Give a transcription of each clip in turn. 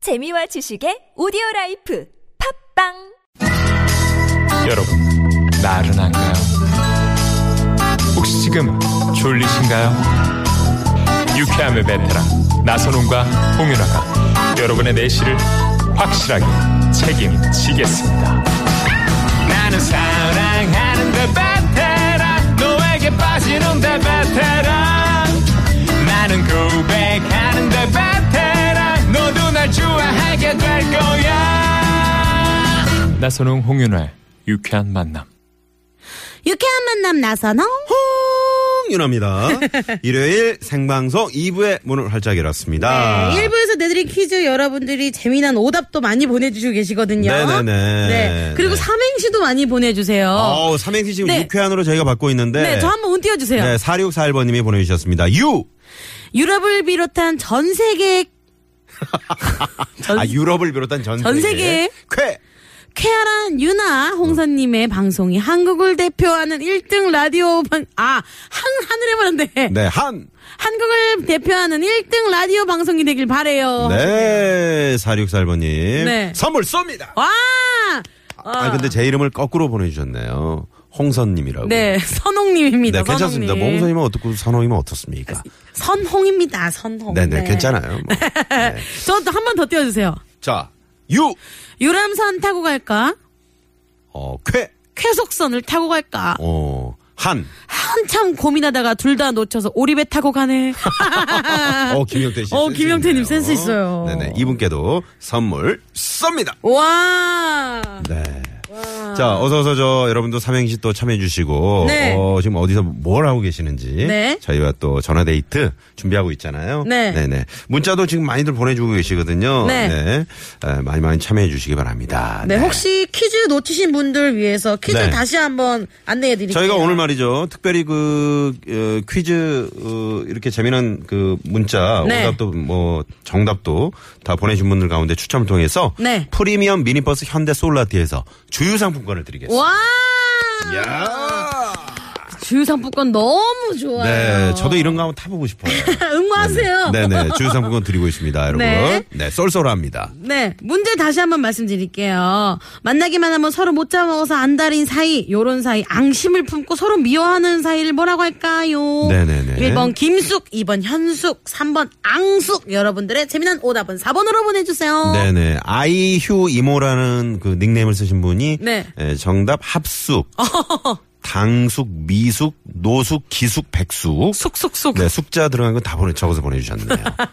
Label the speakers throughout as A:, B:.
A: 재미와 지식의 오디오 라이프 팝빵
B: 여러분, 나른한가요? 혹시 지금 졸리신가요? 유쾌함의 베테랑 나선홍과 홍윤아가 여러분의 내실을 확실하게 책임지겠습니다. 나는 사랑하는데 베테랑 너에게 빠지는데 베테랑 나는 고백하는데 베테랑 너도 날 좋아하게 될 거야. 나선홍 홍윤아의 유쾌한 만남.
C: 유쾌한 만남 나선홍.
D: 윤합니다. 일요일 생방송 2부의 문을 활짝 열었습니다.
C: 네, 1부에서 내드린 퀴즈 여러분들이 재미난 오답도 많이 보내주시고 계시거든요.
D: 네네네. 아,
C: 네, 그리고
D: 네.
C: 삼행시도 많이 보내주세요.
D: 어우, 삼행시 지금
C: 네.
D: 육회안으로 저희가 받고 있는데.
C: 네, 저 한번 운 띄워주세요.
D: 네, 4641번님이 보내주셨습니다. 유!
C: 유럽을 비롯한 전 세계 전,
D: 아, 유럽을 비롯한 전,
C: 전 세계에.
D: 쾌!
C: 쾌활한 유나 홍선님의 방송이 한국을 대표하는 1등 라디오 방, 아, 한, 하늘에 보는데.
D: 네, 한!
C: 한국을 대표하는 1등 라디오 방송이 되길 바래요
D: 네, 4641번님.
C: 어, 네.
D: 선물 쏩니다!
C: 와!
D: 아, 근데 제 이름을 거꾸로 보내주셨네요. 홍선님이라고.
C: 네, 선홍님입니다.
D: 네, 괜찮습니다.
C: 선홍님.
D: 뭐 홍선이면 어떻고 선홍이면 어떻습니까?
C: 선홍입니다. 선홍.
D: 네네, 괜찮아요. 뭐. 네.
C: 저도 한 번 더 띄워주세요.
D: 자, 유!
C: 유람선 타고 갈까?
D: 어, 쾌!
C: 쾌속선을 타고 갈까?
D: 어, 한!
C: 한참 고민하다가 둘 다 놓쳐서 오리배 타고 가네.
D: 어, 김영태 씨.
C: 어,
D: 센스
C: 김영태님
D: 있네요.
C: 센스 있어요.
D: 네네. 이분께도 선물 쏩니다.
C: 와.
D: 네. 자, 어서어서 저 여러분도 삼행시 또 참여해주시고.
C: 네.
D: 어, 지금 어디서 뭘 하고 계시는지.
C: 네.
D: 저희와 또 전화데이트 준비하고 있잖아요.
C: 네.
D: 네 문자도 지금 많이들 보내주고 계시거든요.
C: 네.
D: 에, 많이 많이 참여해주시기 바랍니다.
C: 네, 혹시 퀴즈 놓치신 분들 위해서 퀴즈
D: 네.
C: 다시 한번 안내해 드릴게요.
D: 저희가 오늘 말이죠. 특별히 그 어, 퀴즈 어, 이렇게 재미난 그 문자
C: 네.
D: 오답도 뭐 정답도 다 보내신 분들 가운데 추첨을 통해서
C: 네.
D: 프리미엄 미니버스 현대 솔라티에서 주유 상품권을 드리겠습니다.
C: 와!
D: 야!
C: 주유 상품권 너무 좋아요. 아,
D: 네, 저도 이런 거 한번 타보고 싶어요.
C: 응모하세요.
D: 네, 네, 주유 상품권 드리고 있습니다, 여러분.
C: 네.
D: 네, 쏠쏠합니다.
C: 네, 문제 다시 한번 말씀드릴게요. 만나기만 하면 서로 못 잡아먹어서 안달인 사이, 요런 사이, 앙심을 품고 서로 미워하는 사이를 뭐라고 할까요?
D: 네네네.
C: 1번 김숙, 2번 현숙, 3번 앙숙. 여러분들의 재미난 오답은 4번으로 보내주세요.
D: 네네. 아이휴 이모라는 그 닉네임을 쓰신 분이
C: 네.
D: 에, 정답 합숙. 당숙, 미숙, 노숙, 기숙, 백숙.
C: 숙숙숙.
D: 네, 숙자 들어간 건 다 보내 적어서 보내주셨네요.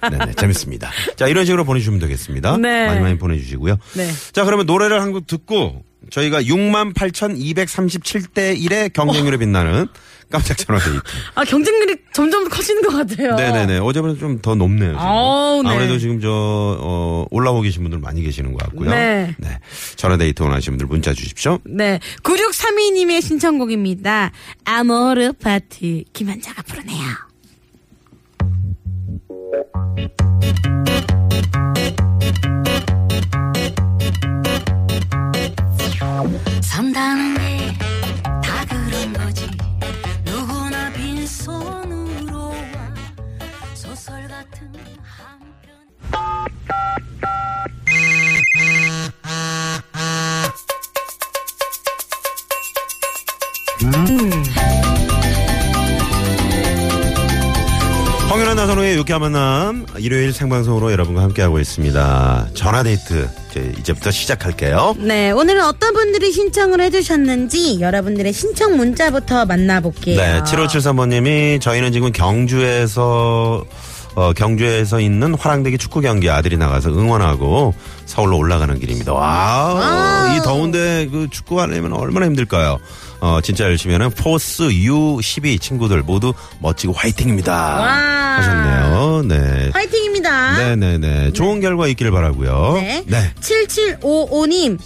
D: 네네, 재밌습니다. 자, 이런 식으로 보내주시면 되겠습니다.
C: 네.
D: 많이 많이 보내주시고요.
C: 네.
D: 자, 그러면 노래를 한 곡 듣고 저희가 68,237대 1의 경쟁률에 빛나는 깜짝 전화 데이트.
C: 아, 경쟁률이 점점 커지는 것 같아요.
D: 네네네. 어제보다 좀 더 높네요. 지금.
C: 아우, 네.
D: 아무래도 지금 저, 어, 올라오고 계신 분들 많이 계시는 것 같고요.
C: 네.
D: 전화데이트 원하시는 분들 문자 주십시오.
C: 네. 9632님의 신청곡입니다. 아모르 파티. 김한자가 부르네요. 산다는 게 다 그런 거지. 누구나 빈손으로 와. 소설 같은 한 편.
D: 황윤아 나선호의 유쾌한 만남 일요일 생방송으로 여러분과 함께하고 있습니다. 전화데이트 이제 이제부터 시작할게요.
C: 네, 오늘은 어떤 분들이 신청을 해주셨는지 여러분들의 신청 문자부터 만나볼게요.
D: 네, 7573번님이 저희는 지금 경주에서 어, 경주에서 있는 화랑대기 축구 경기 아들이 나가서 응원하고 서울로 올라가는 길입니다. 와, 이 더운데 그 축구 하려면 얼마나 힘들까요? 어, 진짜 열심히 하는 포스 U12 친구들 모두 멋지고 화이팅입니다.
C: 와.
D: 하셨네요. 네.
C: 화이팅입니다.
D: 네네네. 좋은 결과 있길 바라고요
C: 네. 7755님.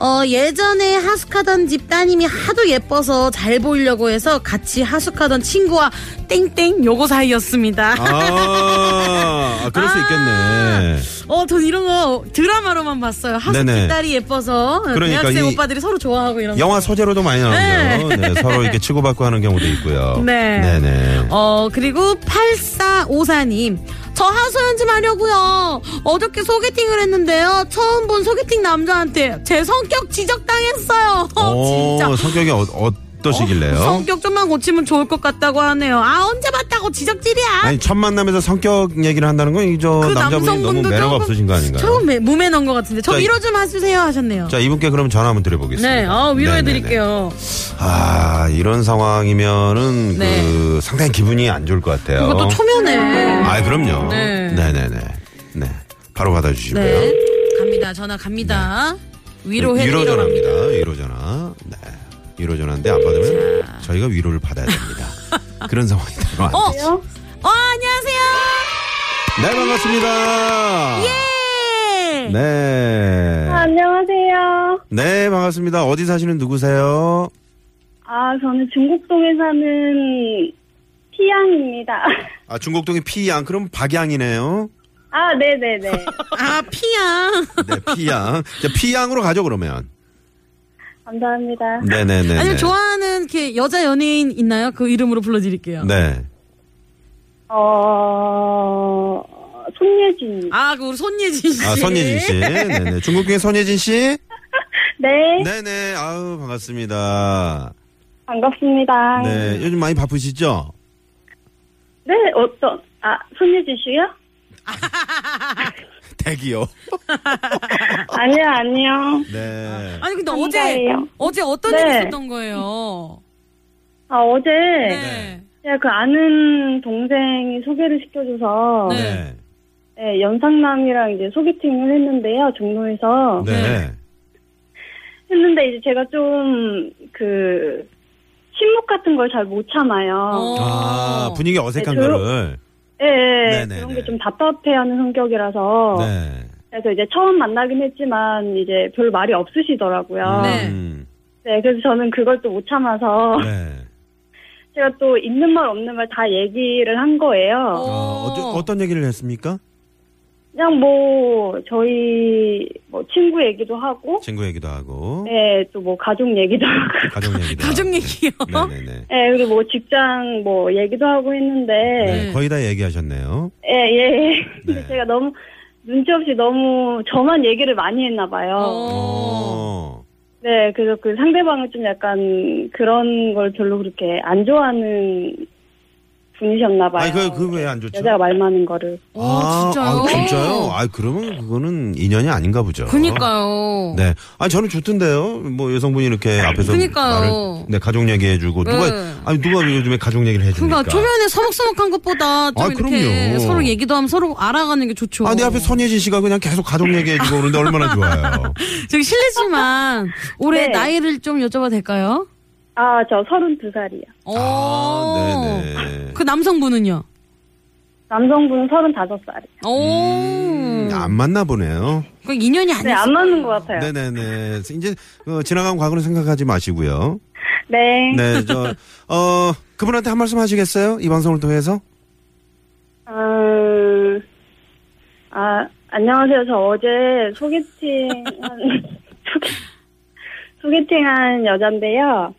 C: 어, 예전에 하숙하던 집 따님이 하도 예뻐서 잘 보이려고 해서 같이 하숙하던 친구와 땡땡 요거 사이였습니다.
D: 아, 그럴 수 있겠네.
C: 어, 전 이런 거 드라마로만 봤어요. 하숙집
D: 네네.
C: 딸이 예뻐서
D: 그러니까
C: 대학생
D: 이-
C: 오빠들이 서로 좋아하고 이런 거.
D: 영화 소재로도 많이 나오죠. 네. 서로 이렇게 치고받고 하는 경우도 있고요.
C: 네.
D: 네네.
C: 어, 그리고 8454님. 저 하소연 좀 하려고요. 어저께 소개팅을 했는데요. 처음 본 소개팅 남자한테 제 성격 지적당했어요.
D: 오,
C: 진짜.
D: 성격이 어, 떠시길래요
C: 성격 좀만 고치면 좋을 것 같다고 하네요. 아 언제 봤다고 지적질이야.
D: 아니 첫 만남에서 성격 얘기를 한다는 건이저
C: 그
D: 남자분이 너무
C: 남성분도
D: 매력
C: 조금-
D: 없으신 거 아닌가요?
C: 조금 매- 무매너인 것 같은데. 저
D: 자,
C: 위로 좀 해주세요 하셨네요.
D: 자 이분께 그럼 전화 한번 드려보겠습니다.
C: 네, 아,
D: 네네네.
C: 위로해드릴게요.
D: 아 이런 상황이면은
C: 네.
D: 그 상당히 기분이 안 좋을 것 같아요.
C: 어, 이것도 초면에.
D: 네. 아 그럼요.
C: 네.
D: 네네네 바로 받아주시고요. 네.
C: 네. 갑니다. 전화 갑니다. 위로해
D: 위로 전화입니다. 위로 전화. 네. 위로 전화인데 안 받으면 저희가 위로를 받아야 됩니다. 그런 상황이 되면
C: 어?
D: 안 되죠.
C: 어, 안녕하세요.
D: 네 반갑습니다.
C: 예.
D: 네.
C: 아.
E: 안녕하세요.
D: 네 반갑습니다. 어디 사시는 누구세요?
E: 아, 저는 중국동에 사는 피양입니다.
D: 아 중곡동의 피양 그럼 박양이네요.
E: 아, 네네네.
C: 아, 피양.
D: 네 피양. 자, 피양으로 가죠 그러면.
E: 감사합니다.
D: 네네네.
C: 아니면 좋아하는 이렇게 여자 연예인 있나요? 그 이름으로 불러드릴게요.
D: 네.
E: 어, 손예진.
C: 아, 그 우리 손예진 씨.
D: 아 손예진 씨. 네네. 중곡동의 손예진 씨.
E: 네,
D: 네네. 아우 반갑습니다.
E: 반갑습니다.
D: 네 요즘 많이 바쁘시죠?
E: 네, 어떤, 아, 손예진 씨요?
D: 대기요.
E: 아니요, 아니요.
D: 네.
C: 아니, 근데 어제,
E: 감사해요.
C: 어제 어떤
E: 네.
C: 일이 있었던 거예요?
E: 아, 어제
C: 네.
E: 제가 그 아는 동생이 소개를 시켜줘서
C: 네.
E: 네.
D: 네.
E: 연상남이랑 이제 소개팅을 했는데요, 종로에서.
D: 네.
E: 했는데 이제 제가 좀, 그, 침묵 같은 걸 잘 못 참아요.
C: 어.
D: 아, 분위기 어색한
E: 네, 저-
D: 거를.
E: 예, 예.
D: 네네네.
E: 그런 게 좀 답답해하는 성격이라서
C: 어.
D: 네.
E: 그래서 이제 처음 만나긴 했지만 이제 별로 말이 없으시더라고요.
C: 네.
D: 음,
E: 네, 그래서 저는 그걸 또 못 참아서
D: 네.
E: 제가 또 있는 말 없는 말 다 얘기를 한 거예요.
D: 어, 어떠- 어떤 얘기를 했습니까?
E: 그냥 뭐 저희 뭐 친구 얘기도 하고,
D: 친구 얘기도 하고.
E: 네, 또 뭐 가족 얘기도 하고,
D: 가족 얘기도
C: 가족
D: 하고.
C: 얘기요. 어.
D: 네네네.
E: 네, 그리고 뭐 직장 뭐 얘기도 하고 했는데,
D: 네, 거의 다 얘기하셨네요.
E: 예, 예. 근데
D: 네.
E: 제가 너무 눈치 없이 너무 저만 얘기를 많이 했나 봐요.
C: 어.
D: 어.
E: 네, 그래서 그 상대방은 좀 약간 그런 걸 별로 그렇게 안 좋아하는 분이셨나 봐요.
D: 아니, 그, 그 왜 안 좋죠?
E: 여자가 말 많은 거를.
C: 어,
D: 아,
C: 진짜요? 어.
D: 아, 진짜요? 아, 그러면 그거는 인연이 아닌가 보죠.
C: 그니까요.
D: 네. 아니, 저는 좋던데요. 뭐, 여성분이 이렇게 앞에서.
C: 그니까요.
D: 말을- 네, 가족 얘기해주고. 누가,
C: 네.
D: 아니, 누가 요즘에 가족 얘기를 해주니까.
C: 그러니까 초면에 서먹서먹한 것보다 좀
D: 아,
C: 이렇게
D: 그럼요.
C: 서로 얘기도 하면 서로 알아가는 게 좋죠.
D: 아, 내 앞에 손예진 씨가 그냥 계속 가족 얘기해주고 오는데 얼마나 좋아요.
C: 저기 실례지만 올해
E: 네.
C: 나이를 좀 여쭤봐도 될까요?
E: 아, 저 32살이요.
C: 오.
D: 아, 네네.
C: 그 남성분은요?
E: 남성분은 35살이요.
C: 오.
D: 음, 안 맞나 보네요.
C: 그 인연이 아니었어.
E: 네, 안 맞는 것 같아요. 네.
D: 네네네. 이제 어, 지나간 과거는 생각하지 마시고요. 네, 저, 어, 그분한테 한 말씀 하시겠어요? 이 방송을 통해서?
E: 어, 아, 안녕하세요. 저 어제 소개팅 한, 소개, 소개팅 한 여잔데요.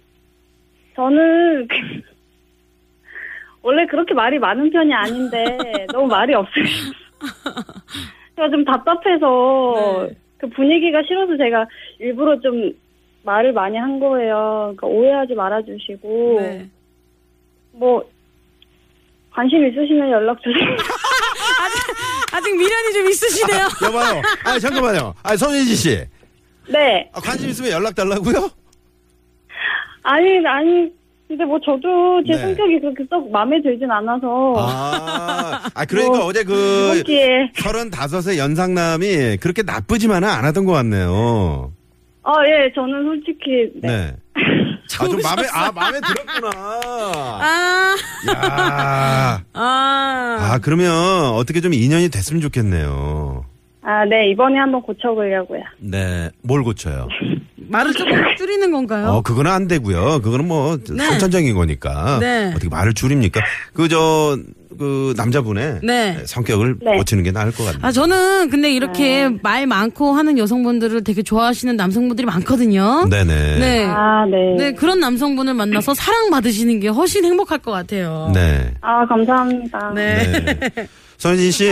E: 저는 그- 원래 그렇게 말이 많은 편이 아닌데 너무 말이 없어요. 제가 좀 답답해서
C: 네.
E: 그 분위기가 싫어서 제가 일부러 좀 말을 많이 한 거예요. 그러니까 오해하지 말아주시고
C: 네.
E: 뭐 관심 있으시면 연락 주세요.
C: 아직 미련이 좀 있으시네요.
D: 여봐요. 아, 잠깐만요. 아, 손예진 씨.
E: 네.
D: 아, 관심 있으면 연락 달라고요?
E: 아니, 아니. 근데 뭐 저도 제
D: 네.
E: 성격이 그렇게 썩 마음에 들진 않아서.
D: 아, 아 그러니까
E: 어. 뭐,
D: 어제 그
E: 거기에.
D: 35의 연상남이 그렇게 나쁘지만은 않았던 것 같네요.
E: 어, 예, 저는 솔직히. 네.
D: 네. 아, 좀 마음에, 아, 마음에 들었구나.
C: 아.
D: 야.
C: 아.
D: 아, 그러면 어떻게 좀 인연이 됐으면 좋겠네요.
E: 아, 네, 이번에 한번 고쳐보려고요.
C: 음.
D: 네. 뭘 고쳐요?
C: 말을 조금 줄이는 건가요?
D: 어, 그거는 안 되고요. 그거는 뭐 선천적인 거니까.
C: 네.
D: 어떻게 말을 줄입니까? 그저 그 남자분의
C: 네.
D: 성격을
E: 네.
D: 고치는 게 나을 것 같네요.
C: 아, 저는 근데 이렇게 말 많고 하는 여성분들을 되게 좋아하시는 남성분들이 많거든요.
D: 네네.
C: 네.
E: 아, 네.
C: 네, 그런 남성분을 만나서 사랑받으시는 게 훨씬 행복할 것 같아요.
D: 네.
E: 아, 감사합니다.
C: 네.
D: 네. 손예진 씨.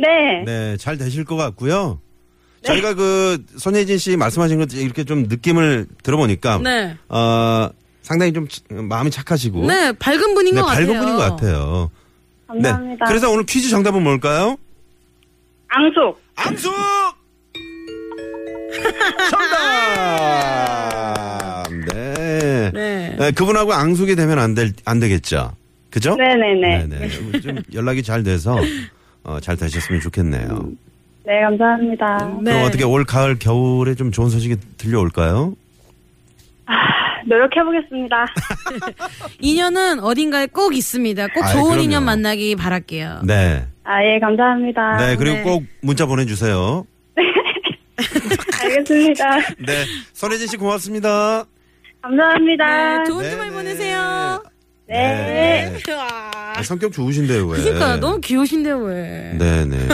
E: 네.
D: 네, 잘 되실 것 같고요.
C: 네.
D: 저희가 그 손예진 씨 말씀하신 것 이렇게 좀 느낌을 들어보니까
C: 네.
D: 어, 상당히 좀 치- 마음이 착하시고
C: 네, 밝은 분인
D: 어? 네,
C: 것 같아요.
D: 밝은 분인 것 같아요.
E: 감사합니다.
D: 네. 그래서 오늘 퀴즈 정답은 뭘까요?
E: 앙숙.
D: 암수! 정답! 네.
C: 네.
D: 네, 그분하고 앙숙이 되면 안, 될, 안 되겠죠? 그죠?
E: 네네네. 네
D: 네네. 좀 연락이 잘 돼서 어, 잘 되셨으면 좋겠네요.
E: 감사합니다.
C: 네.
D: 그럼 어떻게 올 가을 겨울에 좀 좋은 소식이 들려올까요?
E: 노력해 보겠습니다.
C: 인연은 어딘가에 꼭 있습니다. 꼭
D: 아이,
C: 좋은
D: 그럼요.
C: 인연 만나기 바랄게요.
D: 네.
E: 아 예 감사합니다.
D: 네, 그리고
C: 네.
D: 꼭 문자 보내주세요.
E: 알겠습니다.
D: 네. 손혜진 씨 고맙습니다.
E: 감사합니다.
C: 네, 좋은
D: 네,
C: 주말
D: 네.
C: 보내세요.
E: 네.
D: 아, 성격 좋으신데요, 왜?
C: 그러니까 너무 귀여우신데 왜?
D: 네네.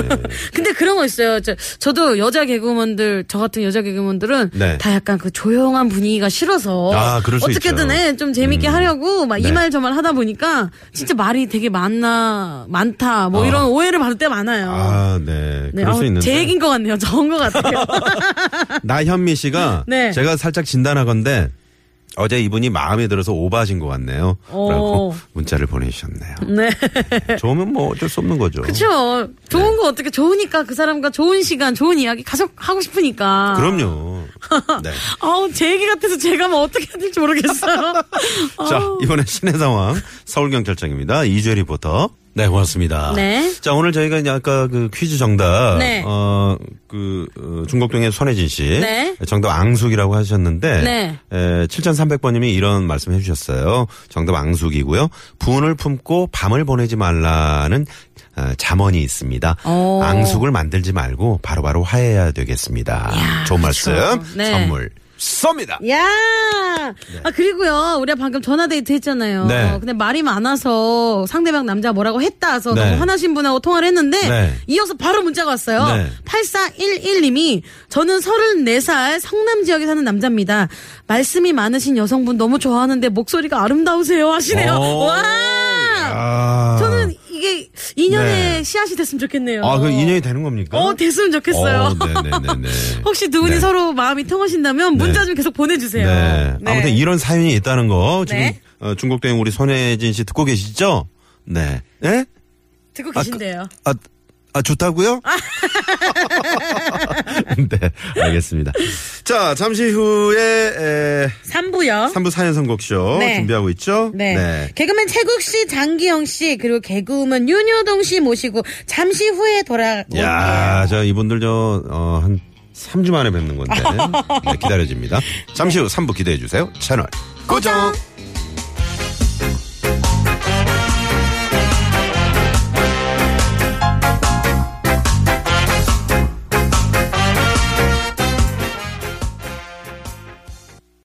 C: 근데 그런 거 있어요. 저, 저도 여자 개그우먼들 저 같은 여자 개그우먼들은
D: 네.
C: 다 약간 그 조용한 분위기가 싫어서
D: 아, 그럴 수
C: 어떻게든
D: 있죠.
C: 해, 좀 재밌게 하려고 막
D: 네.
C: 이 말 저 말 하다 보니까 진짜 말이 되게 많나 많다 뭐
D: 아.
C: 이런 오해를 받을 때 많아요.
D: 아, 네.
C: 네,
D: 그럴
C: 어,
D: 수 있는데.
C: 제 얘긴 것 같네요. 저은 것 같아요.
D: 나현미 씨가
C: 네.
D: 제가 살짝 진단하건데 어제 이분이 마음에 들어서 오바하신 것 같네요.
C: 오.
D: 라고 문자를 보내주셨네요.
C: 네.
D: 좋으면 뭐 어쩔 수 없는 거죠.
C: 그렇죠. 좋은
D: 네.
C: 거 어떻게 좋으니까 그 사람과 좋은 시간, 좋은 이야기 계속 하고 싶으니까.
D: 럼요 네.
C: 아우 제 얘기 같아서 제가 뭐 어떻게 해야 될지 모르겠어요.
D: 자, 이번에 시내 상황 서울경찰청입니다. 이주혜 리포터. 네, 고맙습니다.
C: 네.
D: 자, 오늘 저희가 이제 아까 그 퀴즈 정답.
C: 네.
D: 어, 그, 어, 중곡동의 손혜진 씨.
C: 네.
D: 정답 앙숙이라고 하셨는데.
C: 네.
D: 에, 7300번님이 이런 말씀 해주셨어요. 정답 앙숙이고요. 분을 품고 밤을 보내지 말라는 어, 잠언이 있습니다.
C: 오.
D: 앙숙을 만들지 말고 바로바로 화해해야 되겠습니다.
C: 이야,
D: 좋은
C: 그렇죠.
D: 말씀.
C: 네.
D: 선물 쏩니다.
C: 야, 아 그리고요, 우리가 방금 전화데이트 했잖아요.
D: 네.
C: 근데 말이 많아서 상대방 남자 뭐라고 했다 해서
D: 네.
C: 너무 화나신 분하고 통화를 했는데
D: 네.
C: 이어서 바로 문자가 왔어요.
D: 네.
C: 8411님이 저는 34살 성남 지역에 사는 남자입니다. 말씀이 많으신 여성분 너무 좋아하는데 목소리가 아름다우세요 하시네요.
D: 오.
C: 와,
D: 아.
C: 저는 이게 인연의
D: 네.
C: 씨앗이 됐으면 좋겠네요.
D: 아, 그 인연이 되는 겁니까?
C: 어, 됐으면 좋겠어요.
D: 어, 네네네네.
C: 혹시 두 분이
D: 네.
C: 서로 마음이 통하신다면 문자 좀 계속 보내주세요.
D: 네. 아무튼 이런 사연이 있다는 거 지금
C: 네.
D: 어, 중국 대행 우리 손혜진 씨 듣고 계시죠? 네. 예?
C: 듣고
D: 아,
C: 계신데요.
D: 아, 아 좋다고요? 네, 알겠습니다. 자, 잠시 후에 에,
C: 3부요.
D: 3부 사연 선곡쇼
C: 네.
D: 준비하고 있죠?
C: 네. 개그맨 채국 씨, 장기영 씨, 그리고 개그우먼 윤효동 씨 모시고 잠시 후에 돌아올게요.
D: 야, 저 이분들 저한 3주 만에 뵙는 건데 네, 기다려집니다. 잠시 후 3부 기대해 주세요. 채널 고정.